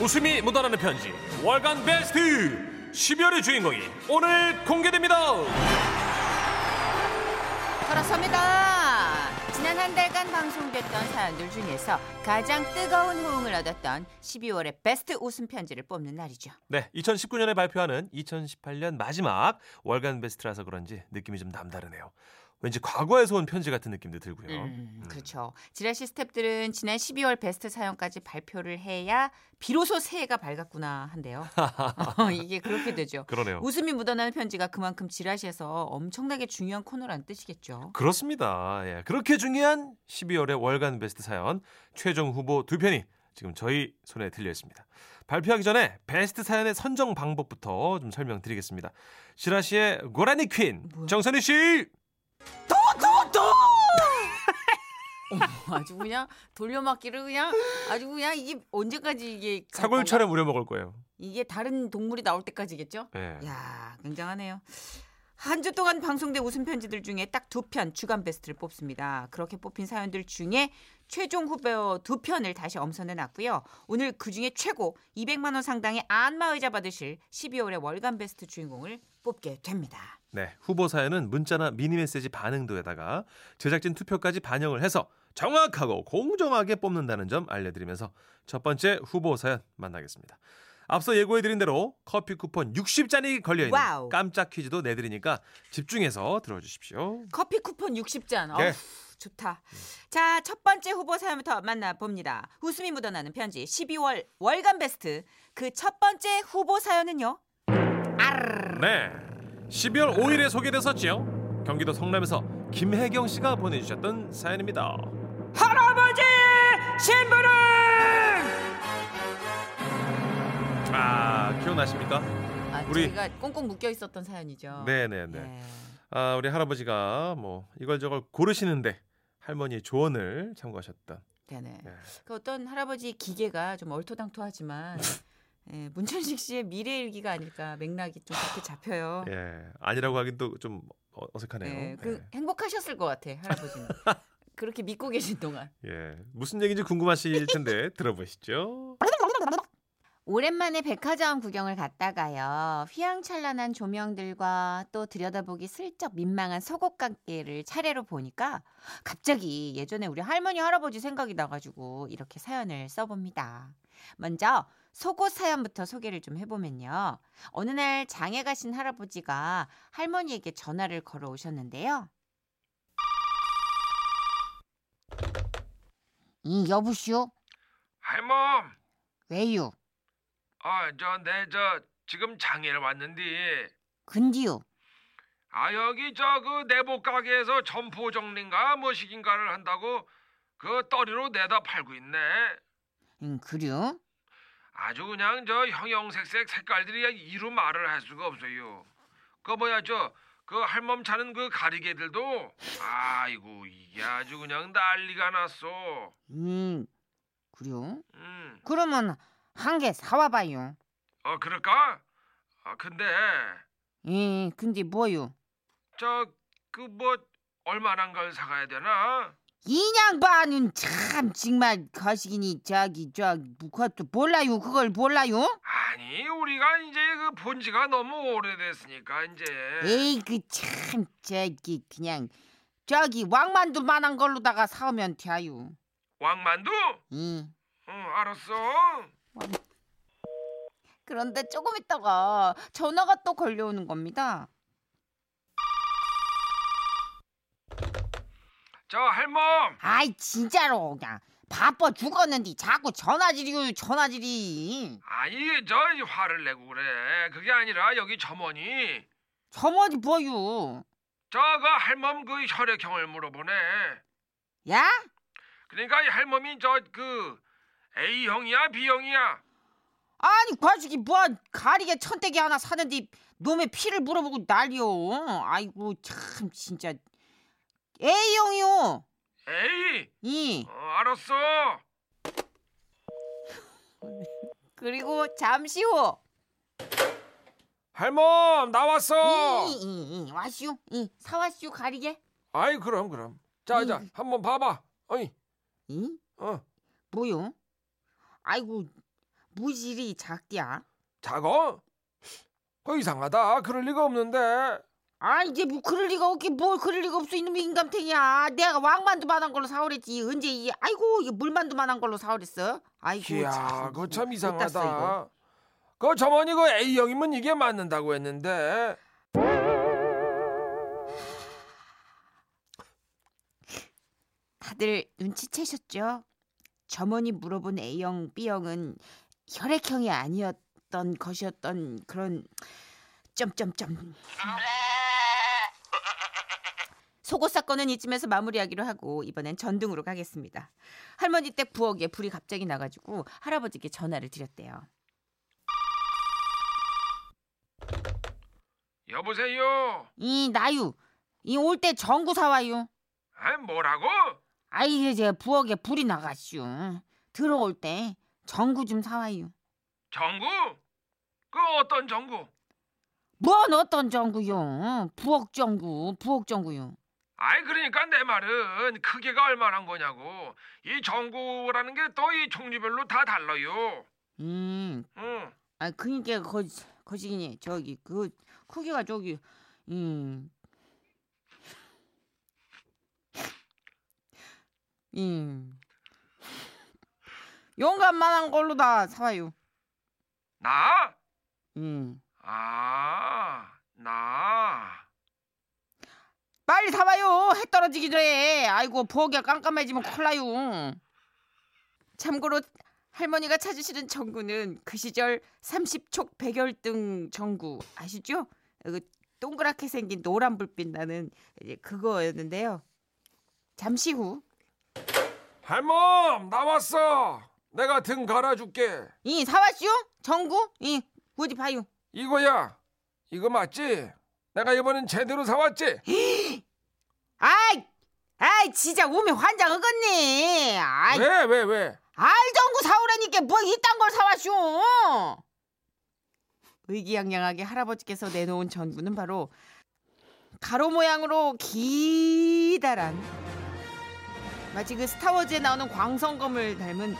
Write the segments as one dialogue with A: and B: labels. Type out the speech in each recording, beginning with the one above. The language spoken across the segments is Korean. A: 웃음이 묻어나는 편지 월간 베스트 12월의 주인공이 오늘 공개됩니다.
B: 그렇습니다. 지난 한 달간 방송됐던 사연들 중에서 가장 뜨거운 호응을 얻었던 12월의 베스트 웃음 편지를 뽑는 날이죠.
A: 네, 2019년에 발표하는 2018년 마지막 월간 베스트라서 그런지 느낌이 좀 남다르네요. 왠지 과거에서 온 편지 같은 느낌도 들고요.
B: 음, 그렇죠. 지라시 스탭들은 지난 12월 베스트 사연까지 발표를 해야 비로소 새해가 밝았구나 한대요. 어, 이게 그렇게 되죠.
A: 그러네요.
B: 웃음이 묻어나는 편지가 그만큼 지라시에서 엄청나게 중요한 코너라는 뜻이겠죠.
A: 그렇습니다. 예, 그렇게 중요한 12월의 월간 베스트 사연 최종 후보 두 편이 지금 저희 손에 들려 있습니다. 발표하기 전에 베스트 사연의 선정 방법부터 좀 설명드리겠습니다. 시라 씨의 고라니 퀸
B: 뭐야?
A: 정선희 씨.
B: 아주 그냥 돌려막기를 그냥 아주 그냥 이게 언제까지 이게 갈 건가?
A: 사골처럼 우려먹을 거예요.
B: 이게 다른 동물이 나올 때까지겠죠?
A: 예.
B: 야 굉장하네요. 한 주 동안 방송된 웃음 편지들 중에 딱 두 편 주간 베스트를 뽑습니다. 그렇게 뽑힌 사연들 중에 최종 후보 두 편을 다시 엄선해 놨고요. 오늘 그 중에 최고 200만 원 상당의 안마 의자 받으실 12월의 월간 베스트 주인공을 뽑게 됩니다.
A: 네, 후보 사연은 문자나 미니 메시지 반응도에다가 제작진 투표까지 반영을 해서 정확하고 공정하게 뽑는다는 점 알려드리면서 첫 번째 후보 사연 만나겠습니다. 앞서 예고해드린 대로 커피 쿠폰 60잔이 걸려있는
B: 와우.
A: 깜짝 퀴즈도 내드리니까 집중해서 들어주십시오.
B: 커피 쿠폰 60잔.
A: 네.
B: 어우, 좋다. 자, 첫 번째 후보 사연부터 만나봅니다. 웃음이 묻어나는 편지 12월 월간 베스트. 그 첫 번째 후보 사연은요.
A: 네, 12월 5일에 소개됐었지요. 경기도 성남에서 김혜경 씨가 보내주셨던 사연입니다.
B: 할아버지 신부름
A: 아, 기억나십니까?
B: 아,
A: 우리-
B: 저희가 꽁꽁 묶여 있었던 사연이죠.
A: 네네네.
B: 예.
A: 아, 우리 할아버지가 뭐 이걸저걸 고르시는데 할머니의 조언을 참고하셨다.
B: 네네.
A: 예.
B: 그 어떤 할아버지 기계가 좀 얼토당토하지만 예, 문천식 씨의 미래 일기가 아닐까 맥락이 좀 그렇게 잡혀요.
A: 예. 아니라고 하긴 또 좀 어- 어색하네요.
B: 예,
A: 예,
B: 그 행복하셨을 것 같아 할아버지는. 그렇게 믿고 계신 동안.
A: 예. 무슨 얘기인지 궁금하실 텐데 들어보시죠.
C: 오랜만에 백화점 구경을 갔다가요. 휘황찬란한 조명들과 또 들여다보기 슬쩍 민망한 속옷 가게를 차례로 보니까 갑자기 예전에 우리 할머니 할아버지 생각이 나가지고 이렇게 사연을 써봅니다. 먼저 속옷 사연부터 소개를 좀 해보면요. 어느 날 장에 가신 할아버지가 할머니에게 전화를 걸어 오셨는데요. 이 여보시오?
D: 할멈,
C: 왜요?
D: 아, 저, 내, 저, 지금 장애를 왔는데,
C: 근디요?
D: 아, 여기, 저, 그, 내복 가게에서 점포 정리인가, 뭐시긴가를 한다고, 그, 떠리로 내다 팔고 있네.
C: 음, 그래요?
D: 아주 그냥, 저, 형형색색 색깔들이 이루 말을 할 수가 없어요. 그, 뭐야, 저, 그, 할멈 차는 그 가리개들도, 아이고, 이게 아주 그냥 난리가 났어.
C: 음, 그래요?
D: 음,
C: 그러면 한 개 사와봐요.
D: 어, 그럴까? 아, 근데,
C: 예, 근데 뭐요?
D: 저, 그, 뭐, 얼마나 걸 사가야 되나?
C: 인양반은 참 정말 가시기니 저기 저 그것도 몰라요 그걸 몰라요?
D: 아니 우리가 이제 그 본지가 너무 오래됐으니까 이제
C: 에이 그 참 저기 그냥 저기 왕만두만한 걸로다가 사오면 돼요.
D: 왕만두?
C: 예.
D: 응 알았어
C: 그런데 조금 있다가 전화가 또 걸려오는 겁니다.
D: 저 할멈
C: 아이 진짜로 그냥 바빠 죽었는데 자꾸 전화질이요 전화질이.
D: 아니 저 화를 내고 그래 그게 아니라 여기 점원이
C: 저머리 뭐요?
D: 저그 할멈 그 혈액형을 물어보네
C: 야?
D: 그러니까 이 할멈이 저 그 A형이야 B형이야
C: 아니 과식이 뭐 가리개 천대기 하나 사는데 놈의 피를 물어보고 난리요. 아이고 참 진짜 A형이요.
D: A
C: 이
D: 어, 알았어
C: 그리고 잠시 후
D: 할멈 나왔어
C: 이, 이, 이, 와시오 이 사와시오 가리개
D: 아이 그럼 그럼
C: 자,
B: 음.
C: 자,
D: 한번 봐봐 어이
C: 이
D: 어
C: 뭐요? 아이고
B: 무지리 작디야.
D: 작어? 그 이상하다. 그럴 리가 없는데.
B: 아 이제 뭐 그럴 리가 없게 뭘 그럴 리가 없어 이놈의 인감탱이야. 내가 왕만두만한 걸로 사오랬지. 언제 이 아이고 이게 물만두만한 걸로 사오랬어. 아이고
D: 이야,
B: 참,
D: 그거 참
B: 못 땄어, 이거.
D: 이상하다. 그 점원이 그 A형이면 이게 맞는다고 했는데.
C: 다들 눈치채셨죠? 점원이 물어본 A형, B형은 혈액형이 아니었던 것이었던 그런 점점점 속옷 사건은 이쯤에서 마무리하기로 하고 이번엔 전등으로 가겠습니다. 할머니 댁 부엌에 불이 갑자기 나가지고 할아버지께 전화를 드렸대요.
D: 여보세요.
C: 이 나유, 이 올 때 전구 사와요.
D: 아, 뭐라고?
C: 아이 이제 부엌에 불이 나갔슈. 들어올 때 전구 좀 사와요.
D: 정구? 그 어떤 정구?
C: 뭔 어떤 뭐 전구요? 부엌 전구, 부엌 전구요.
D: 아이 그러니까 내 말은 크기가 얼마나 거냐고. 이 정구라는 게 또 이 종류별로 다 달라요.
C: 음,
D: 응.
C: 아 그니까 거 거시기니 저기 그 크기가 저기 음, 음. 용감만한 걸로 다 사와요.
D: 나?
C: 음,
D: 아, 나.
C: 빨리 사와요. 해 떨어지기 전에. 아이고 부엌이 깜깜해지면 콜라요. 참고로 할머니가 찾으시는 전구는 그 시절 30촉 백열등 전구 아시죠? 그 동그랗게 생긴 노란 불빛 나는 이제 그거였는데요. 잠시 후
D: 할멈 나왔어. 내가 등 갈아줄게.
C: 이 사왔슈? 전구? 이 어디 봐요.
D: 이거야. 이거 맞지? 내가 이번엔 제대로 사왔지?
C: 아이, 아이 진짜 오면 환장 흑었니? 아이,
D: 왜, 왜, 왜?
C: 알 전구 사오라니까 뭐 이딴 걸 사왔슈? 의기양양하게 할아버지께서 내놓은 전구는 바로 가로 모양으로 기다란 마치 그 스타워즈에 나오는 광선검을 닮은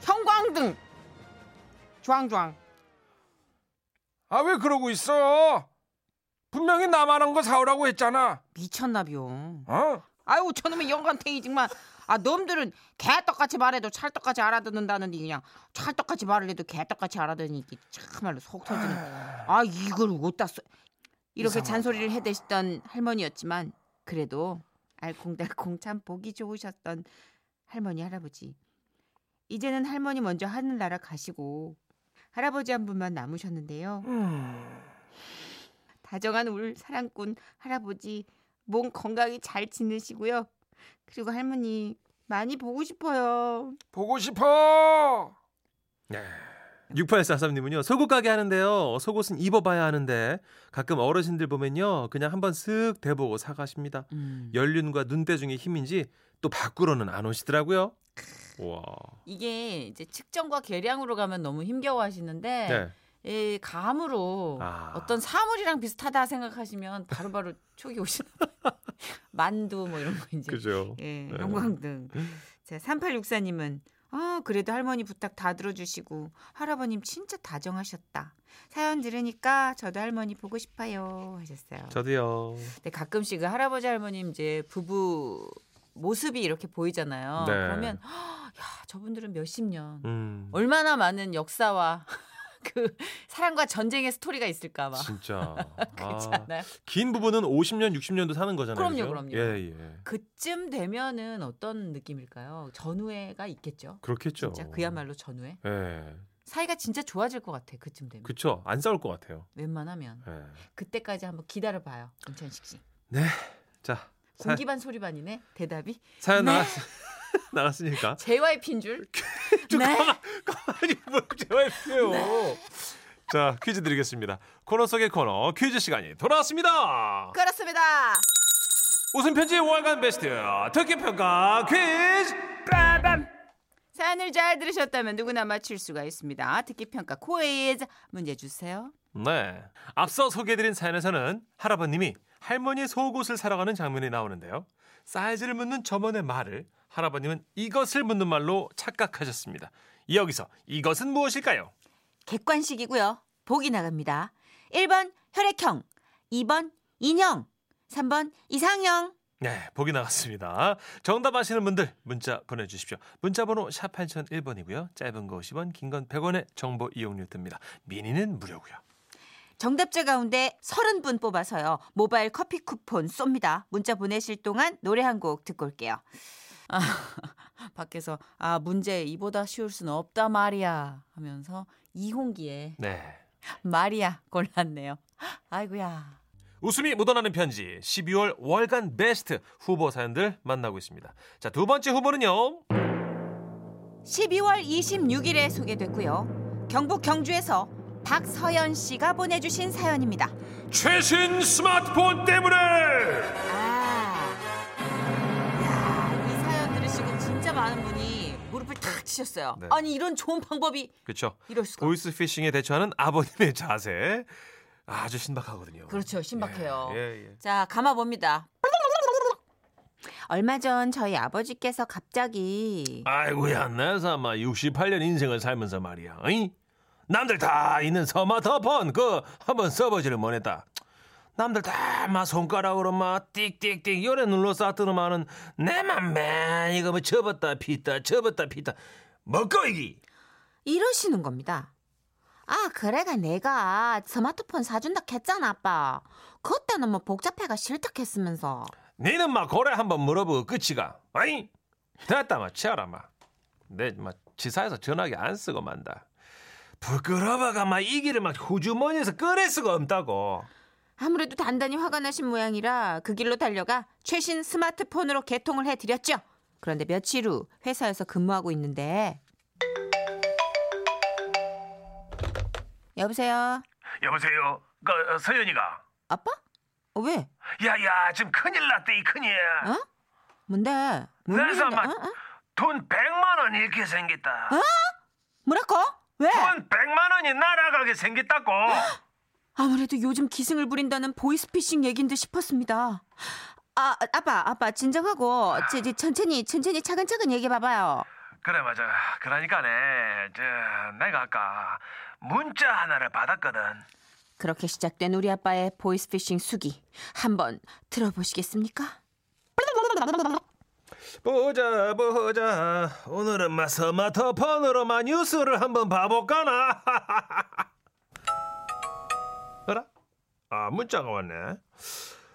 C: 형광등 주황주황
D: 아, 왜 그러고 있어? 분명히 나만 한 거 사오라고 했잖아.
C: 미쳤나비요
D: 어?
C: 아유 저놈의 영감탱이지만 아 놈들은 개떡같이 말해도 찰떡같이 알아듣는다는데 그냥 찰떡같이 말을 해도 개떡같이 알아듣으니까 참말로 속 터지네 아 이걸 어디다 써 이렇게
D: 이상하다.
C: 잔소리를 해대시던 할머니였지만 그래도 알콩달콩 참 보기 좋으셨던 할머니 할아버지 이제는 할머니 먼저 하늘나라 가시고 할아버지 한 분만 남으셨는데요
D: 음.
C: 다정한 울 사랑꾼 할아버지 몸 건강히 잘 지내시고요. 그리고 할머니 많이 보고 싶어요.
D: 보고 싶어.
A: 6843님은요, 네. 속옷 가게 하는데요. 속옷은 입어봐야 하는데, 가끔 어르신들 보면요, 그냥 한번 쓱 대보고 사가십니다. 연륜과 눈대 중에 힘인지, 또 밖으로는 안 오시더라고요. 와.
E: 이게 이제 측정과 계량으로 가면 너무 힘겨워하시는데
A: 네.
E: 이 감으로
C: 뭐
A: 아.
E: 어떤 사물이랑 비슷하다 생각하시면 바로바로 촉이 오시나 봐요. 만두 뭐 이런 거 이제
A: 그죠.
B: 예,
A: 네.
B: 영광등. 자, 3864님은 아, 그래도 할머니 부탁 다 들어주시고 할아버님 진짜 다정하셨다. 사연 들으니까 저도 할머니 보고 싶어요
C: 예.
B: 하셨어요.
A: 저도요.
E: 근데 가끔씩 그 할아버지 할머님 이제 부부 모습이 이렇게 보이잖아요.
A: 네.
E: 그러면 헉, 야 저분들은 몇십 년
A: 음.
E: 얼마나 많은 역사와 그 사랑과 전쟁의 스토리가 있을까 봐
A: 진짜.
E: 그렇지
A: 아,
E: 않아요?
A: 긴 부분은 50년, 60년도 사는 거잖아요.
E: 그럼요,
A: 그죠?
E: 그럼요.
A: 예, 예.
E: 그쯤 되면은 어떤 느낌일까요? 전후회가 있겠죠.
A: 그렇겠죠.
E: 진짜 그야말로 전후회.
A: 예.
E: 사이가 진짜 좋아질 것 같아. 그쯤 되면.
A: 그쵸. 안 싸울 것 같아요.
E: 웬만하면
A: 예.
E: 그때까지 한번 기다려 봐요. 임천식 씨.
A: 자. 사-
E: 공기 반 소리 반이네. 대답이
A: 사연
E: 네.
A: 나왔, 나왔으니까.
E: JYP인 줄.
A: 좀
E: 네.
A: 가만, 가만히 뭘 제발 피해요. 자, 퀴즈 드리겠습니다. 코너 속의 코너 퀴즈 시간이 돌아왔습니다.
E: 그렇습니다.
A: 웃음 편지 월간 베스트 특기 평가 퀴즈. 빠밤.
B: 사연을 잘 들으셨다면 누구나 맞출 수가 있습니다. 듣기 평가 코에이즈 문제 주세요.
A: 네. 앞서 소개해드린 사연에서는 할아버님이 할머니의 속옷을 사러 가는 장면이 나오는데요. 사이즈를 묻는 점원의 말을 할아버님은 이것을 묻는 말로 착각하셨습니다. 여기서 이것은 무엇일까요?
C: 객관식이고요. 보기 나갑니다. 1번 혈액형, 2번 인형, 3번 이상형.
A: 네, 보기 나갔습니다. 정답 아시는 분들 문자 보내주십시오. 문자 번호 샵 8001번이고요. 짧은 거 50원, 긴 건 100원의 정보 이용료 듭니다. 미니는 무료고요.
C: 정답자 가운데 30분 뽑아서요. 모바일 커피 쿠폰 쏩니다. 문자 보내실 동안 노래 한 곡 듣고 올게요.
E: 아, 밖에서 아 문제 이보다 쉬울 수는 없다 말이야 하면서 이홍기에
A: 네.
E: 말이야 골랐네요. 아이고야.
A: 웃음이 묻어나는 편지 12월 월간 베스트 후보 사연들 만나고 있습니다. 자, 두 번째 후보는요.
C: 12월 26일에 소개됐고요. 경북 경주에서 박서연 씨가 보내주신 사연입니다.
A: 최신 스마트폰 때문에
B: 아. 야, 이 사연 들으시고 진짜 많은 분이 무릎을 탁 치셨어요.
A: 네.
B: 아니 이런 좋은 방법이
A: 그렇죠.
B: 이럴 수가.
A: 보이스 피싱에 대처하는 아버님의 자세 아주 신박하거든요.
B: 그렇죠. 신박해요.
A: 예, 예, 예.
B: 자, 감아 봅니다.
C: 얼마 전 저희 아버지께서 갑자기
A: 아이고야, 내 삼아 68년 인생을 살면서 말이야. 어이? 남들 다 있는 서마터폰 그 한번 써보지를 못했다. 남들 다막 손가락으로 막 띡띡띡 열에 눌러 쌓더니만은 내만 맨 이거 뭐 접었다 피다 접었다 피다 먹거이기.
C: 이러시는 겁니다. 아, 그래가 내가 스마트폰 사준다 했잖아, 아빠. 그때는 뭐 복잡해가 싫다 했으면서.
A: 니는 막 고래 한번 물어보고 끝이가. 아이 됐다 마 치아라 마. 내막 지사에서 전화기 안 쓰고 만다. 부끄러워가 막 이기를 막 호주머니에서 꺼내 쓰고 없다고.
C: 아무래도 단단히 화가 나신 모양이라 그 길로 달려가 최신 스마트폰으로 개통을 해드렸죠. 그런데 며칠 후 회사에서 근무하고 있는데 여보세요?
D: 여보세요. 그 어, 서연이가.
C: 아빠? 어, 왜?
D: 야야 지금 큰일 났대 이 큰일.
C: 어? 뭔데? 뭔
D: 그래서
C: 일인데?
D: 막
C: 어? 어?
D: 돈 100만 원 잃게 생겼다.
C: 뭐라고? 왜?
D: 돈 100만 원이 날아가게 생겼다고.
C: 아무래도 요즘 기승을 부린다는 보이스피싱 얘긴 듯 싶었습니다. 아, 아빠, 아빠, 진정하고, 제, 제, 천천히, 천천히 차근차근 얘기해봐봐요.
D: 그래 맞아. 그러니까네. 저 내가 아까 문자 하나를 받았거든.
C: 그렇게 시작된 우리 아빠의 보이스피싱 수기. 한번 들어보시겠습니까?
A: 보자 보자 오늘은 마 스마트폰으로 마 뉴스를 한번 봐볼까나 어라? 아 문자가 왔네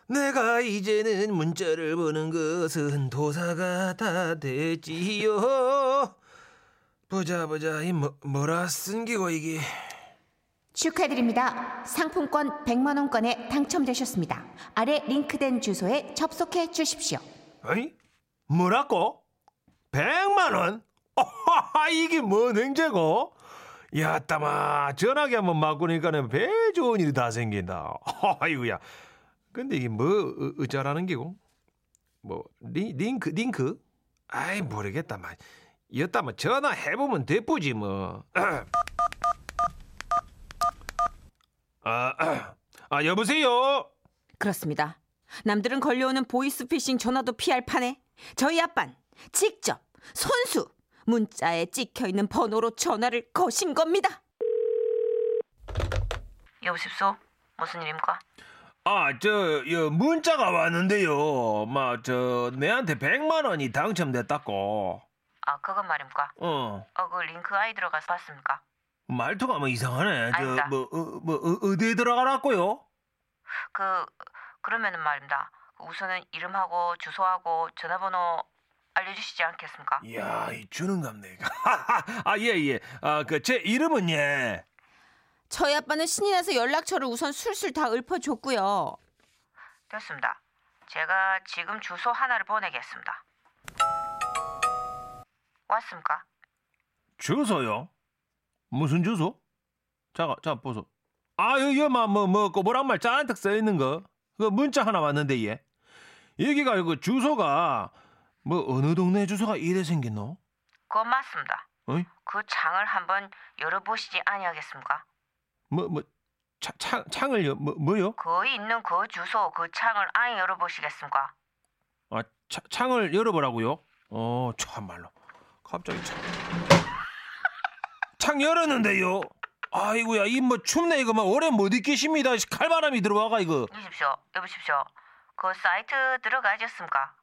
A: 내가 이제는 문자를 보는 것은 도사가 다 됐지요 보자 보자 이 뭐, 뭐라 쓴기고 이게
C: 축하드립니다. 상품권 100만원권에 당첨되셨습니다. 아래 링크된 주소에 접속해 주십시오.
A: 아니 뭐라고? 100만 원? 어하하, 이게 뭔 행제고? 야, 따마 전화기 한번 바꾸니까는 배 좋은 일이 다 생긴다. 아이고야. 근데 이게 뭐 의- 의자라는 기고? 뭐 리, 링크 링크? 아이 모르겠다만. 이따마 전화 해보면 되쁘지 뭐. 아, 아 여보세요.
C: 그렇습니다. 남들은 걸려오는 보이스피싱 전화도 피할 판에 저희 아빤 직접 손수 문자에 찍혀 있는 번호로 전화를 거신 겁니다.
E: 여보십소 무슨 일입니까?
A: 아, 저, 여, 문자가 왔는데요. 막, 저, 내한테 100만 원이 당첨됐다고.
E: 아 그건 말입니까?
A: 어,
E: 어그 링크 아이 들어가서 봤습니까?
A: 말투가 뭐 이상하네. 저,
E: 아니다.
A: 뭐, 어, 뭐, 어, 어디에 들어가라고요?
E: 그 그러면은 말입니다. 우선은 이름하고 주소하고 전화번호 알려주시지 않겠습니까?
A: 이야, 이 주는갑네. 아, 예, 예. 아, 그, 제 이름은 예.
C: 저희 아빠는 신이 나서 연락처를 우선 술술 다 읊어줬고요.
E: 됐습니다. 제가 지금 주소 하나를 보내겠습니다. 왔습니까?
A: 주소요? 무슨 주소? 잠깐, 잠깐, 보소. 아, 여, 여, 마, 뭐, 뭐, 꼬보란 말 잔뜩 써있는 거. 그 문자 하나 왔는데, 얘. 여기가, 그 주소가, 뭐, 어느 동네 주소가 이래 생겼노?
E: 그건 맞습니다.
A: 어이?
E: 그 창을 한번 열어보시지 아니하겠습니까?
A: 뭐, 뭐, 차, 창, 창을요? 뭐, 뭐요?
E: 그 있는 그 주소 그 창을 아예 열어보시겠습니까?
A: 아, 차, 창을 열어보라고요? 어, 참말로. 갑자기 창. 창 열었는데요. 아이고야 이 뭐 춥네 이거 막 오래 못 있겠습니다. 칼바람이 들어와가 이거.
F: 여보십시오, 여보십시오. 그 사이트 들어가셨습니까?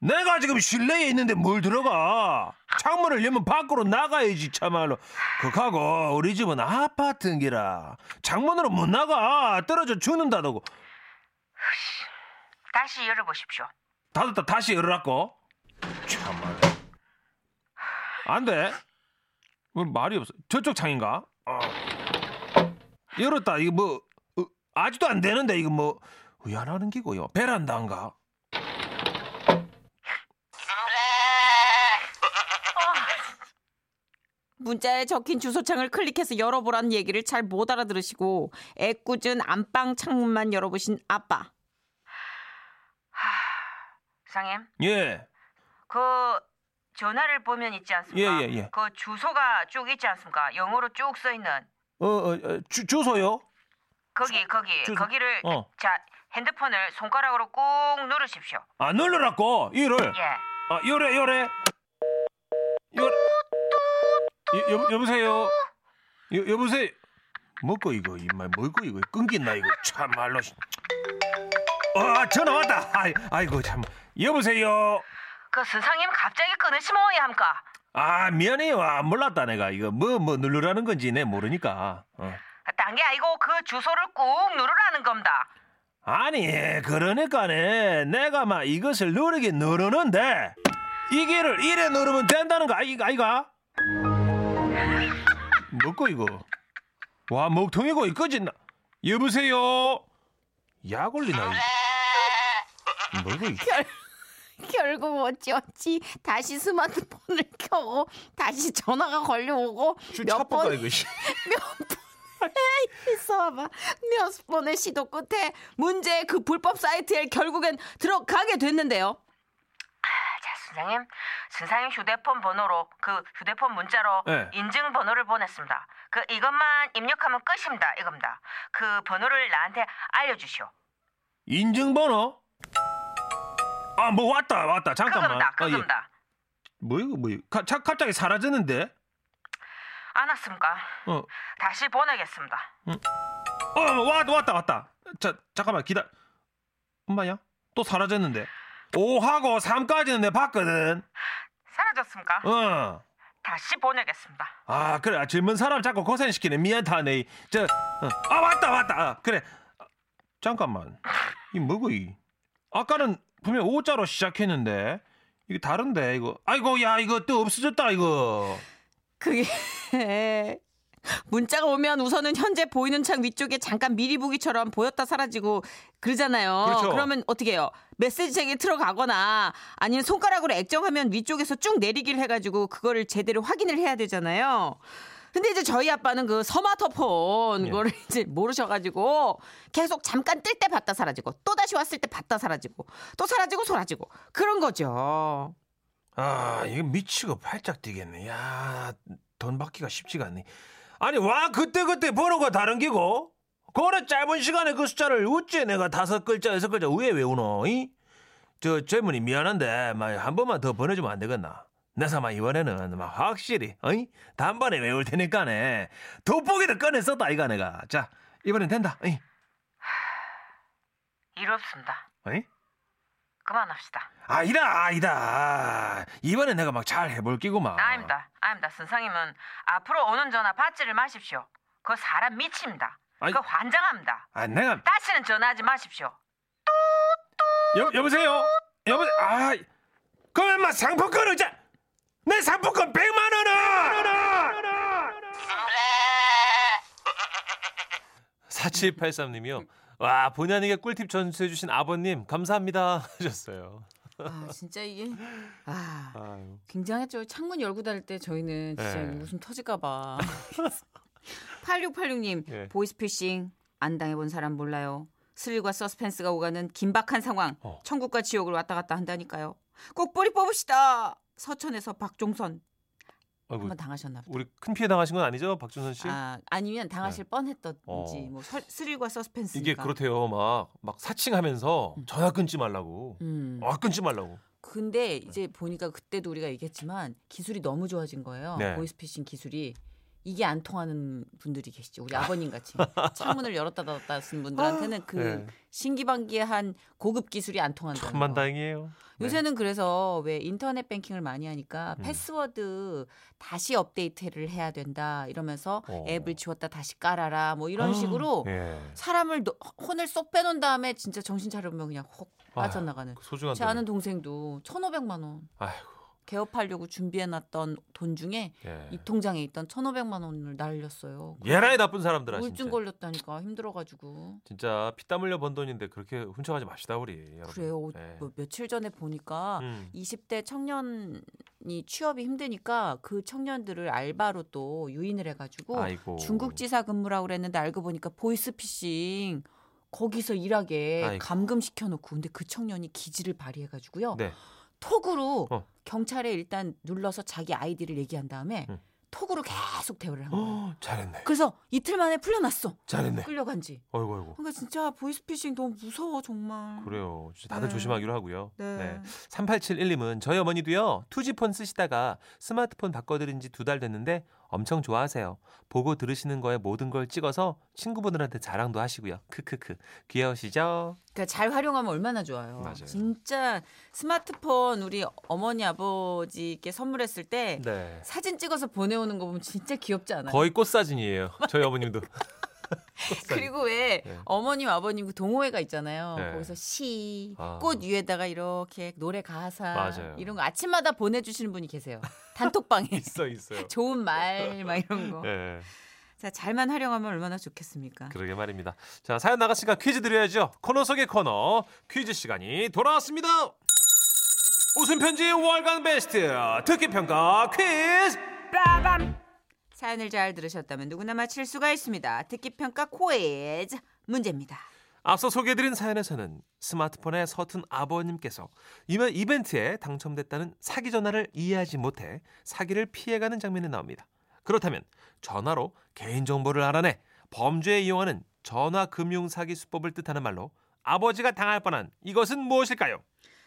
A: 내가 지금 실내에 있는데 뭘 들어가? 창문을 열면 밖으로 나가야지 참말로. 그하고 우리 집은 아파트인기라 창문으로 못 나가 떨어져 죽는다더고.
F: 다시 열어보십시오.
A: 닫았다 다시 열어놨고. 참말로. 안 돼. 왜 말이 없어? 저쪽 창인가? 어. 열었다 이거 뭐 어, 아직도 안 되는데 이거 뭐 왜안하는 기고요? 베란다인가?
C: 문자에 적힌 주소창을 클릭해서 열어보라는 얘기를 잘 못 알아들으시고 애꿎은 안방 창문만 열어보신 아빠.
F: 이상님,
A: 예.
F: 그 전화를 보면 있지 않습니까?
A: 예, 예, 예.
F: 그 주소가 쭉 있지 않습니까? 영어로 쭉 써 있는
A: 어, 어, 어 주, 주소요?
F: 거기 거기
A: 주소.
F: 거기를
A: 어.
F: 자 핸드폰을 손가락으로 꾹 누르십시오.
A: 아 눌러놨고 이를
F: 예.
A: 아 요래 요래 요래 여, 여, 여보세요 여, 여보세요 뭐고 이거 이말 뭐고 이거 끊긴나 이거 참말로 아 전화 왔다 아이, 아이고 참 여보세요
F: 그 스상님 갑자기 끊으시면 어야 합니까?
A: 아 미안해요 아 몰랐다 내가 이거 뭐 뭐 누르라는 건지 내 모르니까 어.
F: 딴 게 아니고 그 주소를 꾹 누르라는 겁니다.
A: 아니 그러니까네 내가 막 이것을 누르긴 누르는데 이게를 이래 누르면 된다는 거 아이, 아이가? 뭐고 이거 와 목통이고 이거진 여보세요 약 올리나 이거. 뭐고 이거
G: 결국 어찌어찌 다시 스마트폰을 켜고 다시 전화가 걸려오고 몇
A: 까
G: 번
A: 이거 씨.
G: 있어봐 몇 번의 시도 끝에 문제의 그 불법 사이트에 결국엔 들어가게 됐는데요.
F: 자, 순상님, 순상님 휴대폰 번호로 그 휴대폰 문자로
A: 네.
F: 인증 번호를 보냈습니다. 그 이것만 입력하면 끝입니다. 이겁니다. 그 번호를 나한테 알려주시오.
A: 인증번호 아 뭐 왔다 왔다 잠깐만
F: 그겁니다.
A: 아, 예.
F: 그겁니다.
A: 뭐 이거 뭐 이거 가, 자, 갑자기 사라졌는데
F: 안 왔습니까?
A: 어.
F: 다시 보내겠습니다.
A: 어, 왔다, 왔다, 왔다. 자, 잠깐만, 기다려. 엄마야? 또 사라졌는데. 5하고 3까지는 내 봤거든.
F: 사라졌습니까?
A: 어.
F: 다시 보내겠습니다.
A: 아, 그래. 아, 젊은 사람 자꾸 고생시키네. 미안하네. 저, 어. 아, 왔다, 왔다. 아, 그래. 아, 잠깐만. 이 뭐고, 이. 아까는 분명 5자로 시작했는데. 이게 다른데, 이거. 아이고, 야, 이거 또 없어졌다, 이거.
C: 그게 문자가 오면 우선은 현재 보이는 창 위쪽에 잠깐 미리 보기처럼 보였다 사라지고 그러잖아요.
A: 그렇죠.
C: 러면 어떻게 해요? 메시지창에 들어가거나 아니면 손가락으로 액정하면 위쪽에서 쭉 내리기를 해가지고 그거를 제대로 확인을 해야 되잖아요. 근데 이제 저희 아빠는 그 스마트폰
A: 예.
C: 그거를 이제 모르셔가지고 계속 잠깐 뜰 때 봤다 사라지고 또 다시 왔을 때 봤다 사라지고 또 사라지고 사라지고 그런 거죠.
A: 아, 이거 미치고 팔짝 뛰겠네. 야, 돈 받기가 쉽지가 않네. 아니, 와, 그때그때 번호가 다른 기고? 그래, 짧은 시간에 그 숫자를 어째 내가 다섯 글자, 여섯 글자 위에 외우노, 이? 저, 젊은이 미안한데, 막, 한 번만 더 보내주면 안 되겠나? 내 사마 이번에는 막 확실히, 어이? 단번에 외울 테니까네. 돋보기도 꺼내 썼다, 이가 내가. 자, 이번엔 된다, 어이?
F: 일 없습니다.
A: 어이?
F: 그만합시다.
A: 아니다, 아니다. 이번에 내가 막 잘 해볼 끼구만.
F: 아. 닙니다 아닙니다. 선상님은 앞으로 오는 전화 받지를 마십시오. 그 사람 미칩니다.
A: 아이.
F: 그 환장합니다.
A: 아, 내가
F: 다시는 전화하지 마십시오.
A: 여, 여보세요? 여보세요? 아, 그럼 인마 상품권 의자! 내 상품권 100만 원아!
H: 4783님이요. 와, 본의 아니게 꿀팁 전수해주신 아버님, 감사합니다. 하셨어요.
C: 아 진짜 이게 아
H: 아유.
C: 굉장했죠. 창문 열고 다닐 때 저희는 진짜
H: 예.
C: 웃음 터질까봐.
I: 8686님
H: 예.
I: 보이스피싱 안 당해본 사람 몰라요. 스릴과 서스펜스가 오가는 긴박한 상황
H: 어.
I: 천국과 지옥을 왔다 갔다 한다니까요. 꼭 뿌리 뽑읍시다. 서천에서 박종선
H: 아이고, 뭐
C: 한번 당하셨나 보다.
H: 우리 큰 피해 당하신 건 아니죠, 박준선 씨?
C: 아, 아니면 당하실 뻔했던지
H: 네. 어.
C: 뭐
I: 서- 스릴과 서스펜스.
H: 이게 그렇대요. 막, 막 사칭하면서 전화 끊지 말라고.
C: 음.
H: 아, 끊지 말라고.
A: 네.
C: 근데 이제 보니까 그때도 우리가 얘기했지만 기술이 너무 좋아진 거예요.
H: 네.
C: 보이스피싱 기술이 이게 안 통하는 분들이 계시죠. 우리 아버님 같이 창문을 열었다 닫았다 쓴 분들한테는
H: 예.
C: 그
A: 네.
C: 신기방기한 고급 기술이 안 통한다.
A: 천만 다행이에요. 네.
C: 요새는 그래서 왜 인터넷 뱅킹을 많이 하니까
A: 음.
C: 패스워드 다시 업데이트를 해야 된다 이러면서
H: 네.
A: 어.
C: 앱을 지웠다 다시 깔아라 뭐 이런 식으로
A: 예.
C: 사람을 너- 혼을 쏙 빼놓은 다음에 진짜 정신 차려보면 그냥 혹 빠져나가는.
A: 그 소중한
C: 제
A: 돈.
C: 아는 동생도 1,500만 원
A: 아이고.
C: 개업하려고 준비해놨던 돈 중에
A: 예.
C: 입 통장에 있던 1,500만 원을 날렸어요.
A: 예라이 나쁜 사람들아 진짜.
C: 우울증 걸렸다니까 힘들어가지고.
A: 진짜 피땀 흘려 번 돈인데 그렇게 훔쳐가지 마시다 우리. 여러분.
C: 그래요.
A: 예.
C: 뭐 며칠 전에 보니까
A: 음.
C: 20대 청년이 취업이 힘드니까 그 청년들을 알바로 또 유인을 해가지고
A: 아이고.
C: 중국지사 근무라고 그랬는데 알고 보니까 보이스피싱 거기서 일하게
A: 아이고.
C: 감금시켜놓고 근데 그 청년이 기지를 발휘해가지고요.
A: 네.
C: 톡으로
A: 어.
C: 경찰에 일단 눌러서 자기 아이디를 얘기한 다음에
A: 음.
C: 톡으로 계속 대화를 한 거예요.
A: 어, 잘했네.
C: 그래서 이틀 만에 풀려났어.
A: 잘했네.
C: 끌려간지.
A: 어이구 어이구.
C: 그러니까 진짜 보이스피싱 너무 무서워 정말.
A: 그래요. 진짜 다들
C: 네.
A: 조심하기로 하고요.
C: 네.
A: 3871님은 저희 어머니도요. 투지폰 쓰시다가 스마트폰 바꿔드린 지 두 달 됐는데 엄청 좋아하세요. 보고 들으시는 거에 모든 걸 찍어서 친구분들한테 자랑도 하시고요. 크크크. 귀여우시죠?
C: 그러니까 잘 활용하면 얼마나 좋아요.
A: 맞아요.
C: 진짜 스마트폰 우리 어머니 아버지께 선물했을 때
A: 네.
C: 사진 찍어서 보내오는 거 보면 진짜 귀엽지 않아요?
A: 거의 꽃사진이에요. 저희 어머님도. 꽃사진.
C: 그리고 왜
A: 네.
C: 어머님 아버님 그 동호회가 있잖아요.
A: 네.
C: 거기서 시,
A: 아.
C: 꽃 위에다가 이렇게 노래 가사
A: 맞아요.
C: 이런 거 아침마다 보내주시는 분이 계세요. 단톡방에
A: 있어 있어요.
C: 좋은 말 막 이런 거.
A: 예.
C: 자 잘만 활용하면 얼마나 좋겠습니까?
A: 그러게 말입니다. 자, 사연 나갔으니까 퀴즈 드려야죠. 코너 속의 코너 퀴즈 시간이 돌아왔습니다. 웃음 편지 월간 베스트 특기 평가 퀴즈.
C: 사연을 잘 들으셨다면 누구나 맞힐 수가 있습니다. 듣기 평가 코에즈 문제입니다.
A: 앞서 소개해드린 사연에서는 스마트폰의 서툰 아버님께서 이번 이벤트에 당첨됐다는 사기 전화를 이해하지 못해 사기를 피해가는 장면이 나옵니다. 그렇다면 전화로 개인정보를 알아내 범죄에 이용하는 전화 금융 사기 수법을 뜻하는 말로 아버지가 당할 뻔한 이것은 무엇일까요?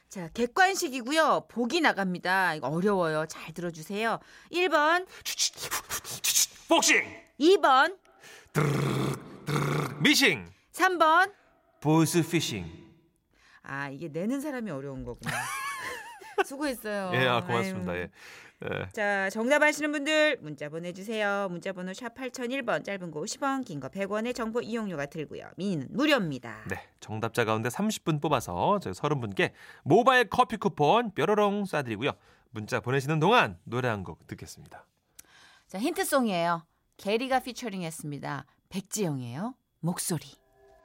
C: 자, 객관식이고요. 보기 나갑니다. 이거 어려워요. 잘 들어주세요. 1번,
A: 복싱,
C: 2번,
A: 미싱,
C: 3번.
A: 보스 피싱.
C: 아, 이게 내는 사람이 어려운 거구나. 수고했어요.
A: 예, 아, 고맙습니다.
C: 아유.
A: 예. 예.
C: 자, 정답 아시는 분들 문자 보내주세요. 문자 번호 샵 8001번, 짧은 거 50원, 긴 거 100원의 정보 이용료가 들고요. 미니는 무료입니다.
A: 네, 정답자 가운데 30분 뽑아서 저희 30분께 모바일 커피 쿠폰 뾰로롱 쏴드리고요. 문자 보내시는 동안 노래 한 곡 듣겠습니다.
J: 자 힌트송이에요. 게리가 피처링했습니다. 백지영이에요. 목소리.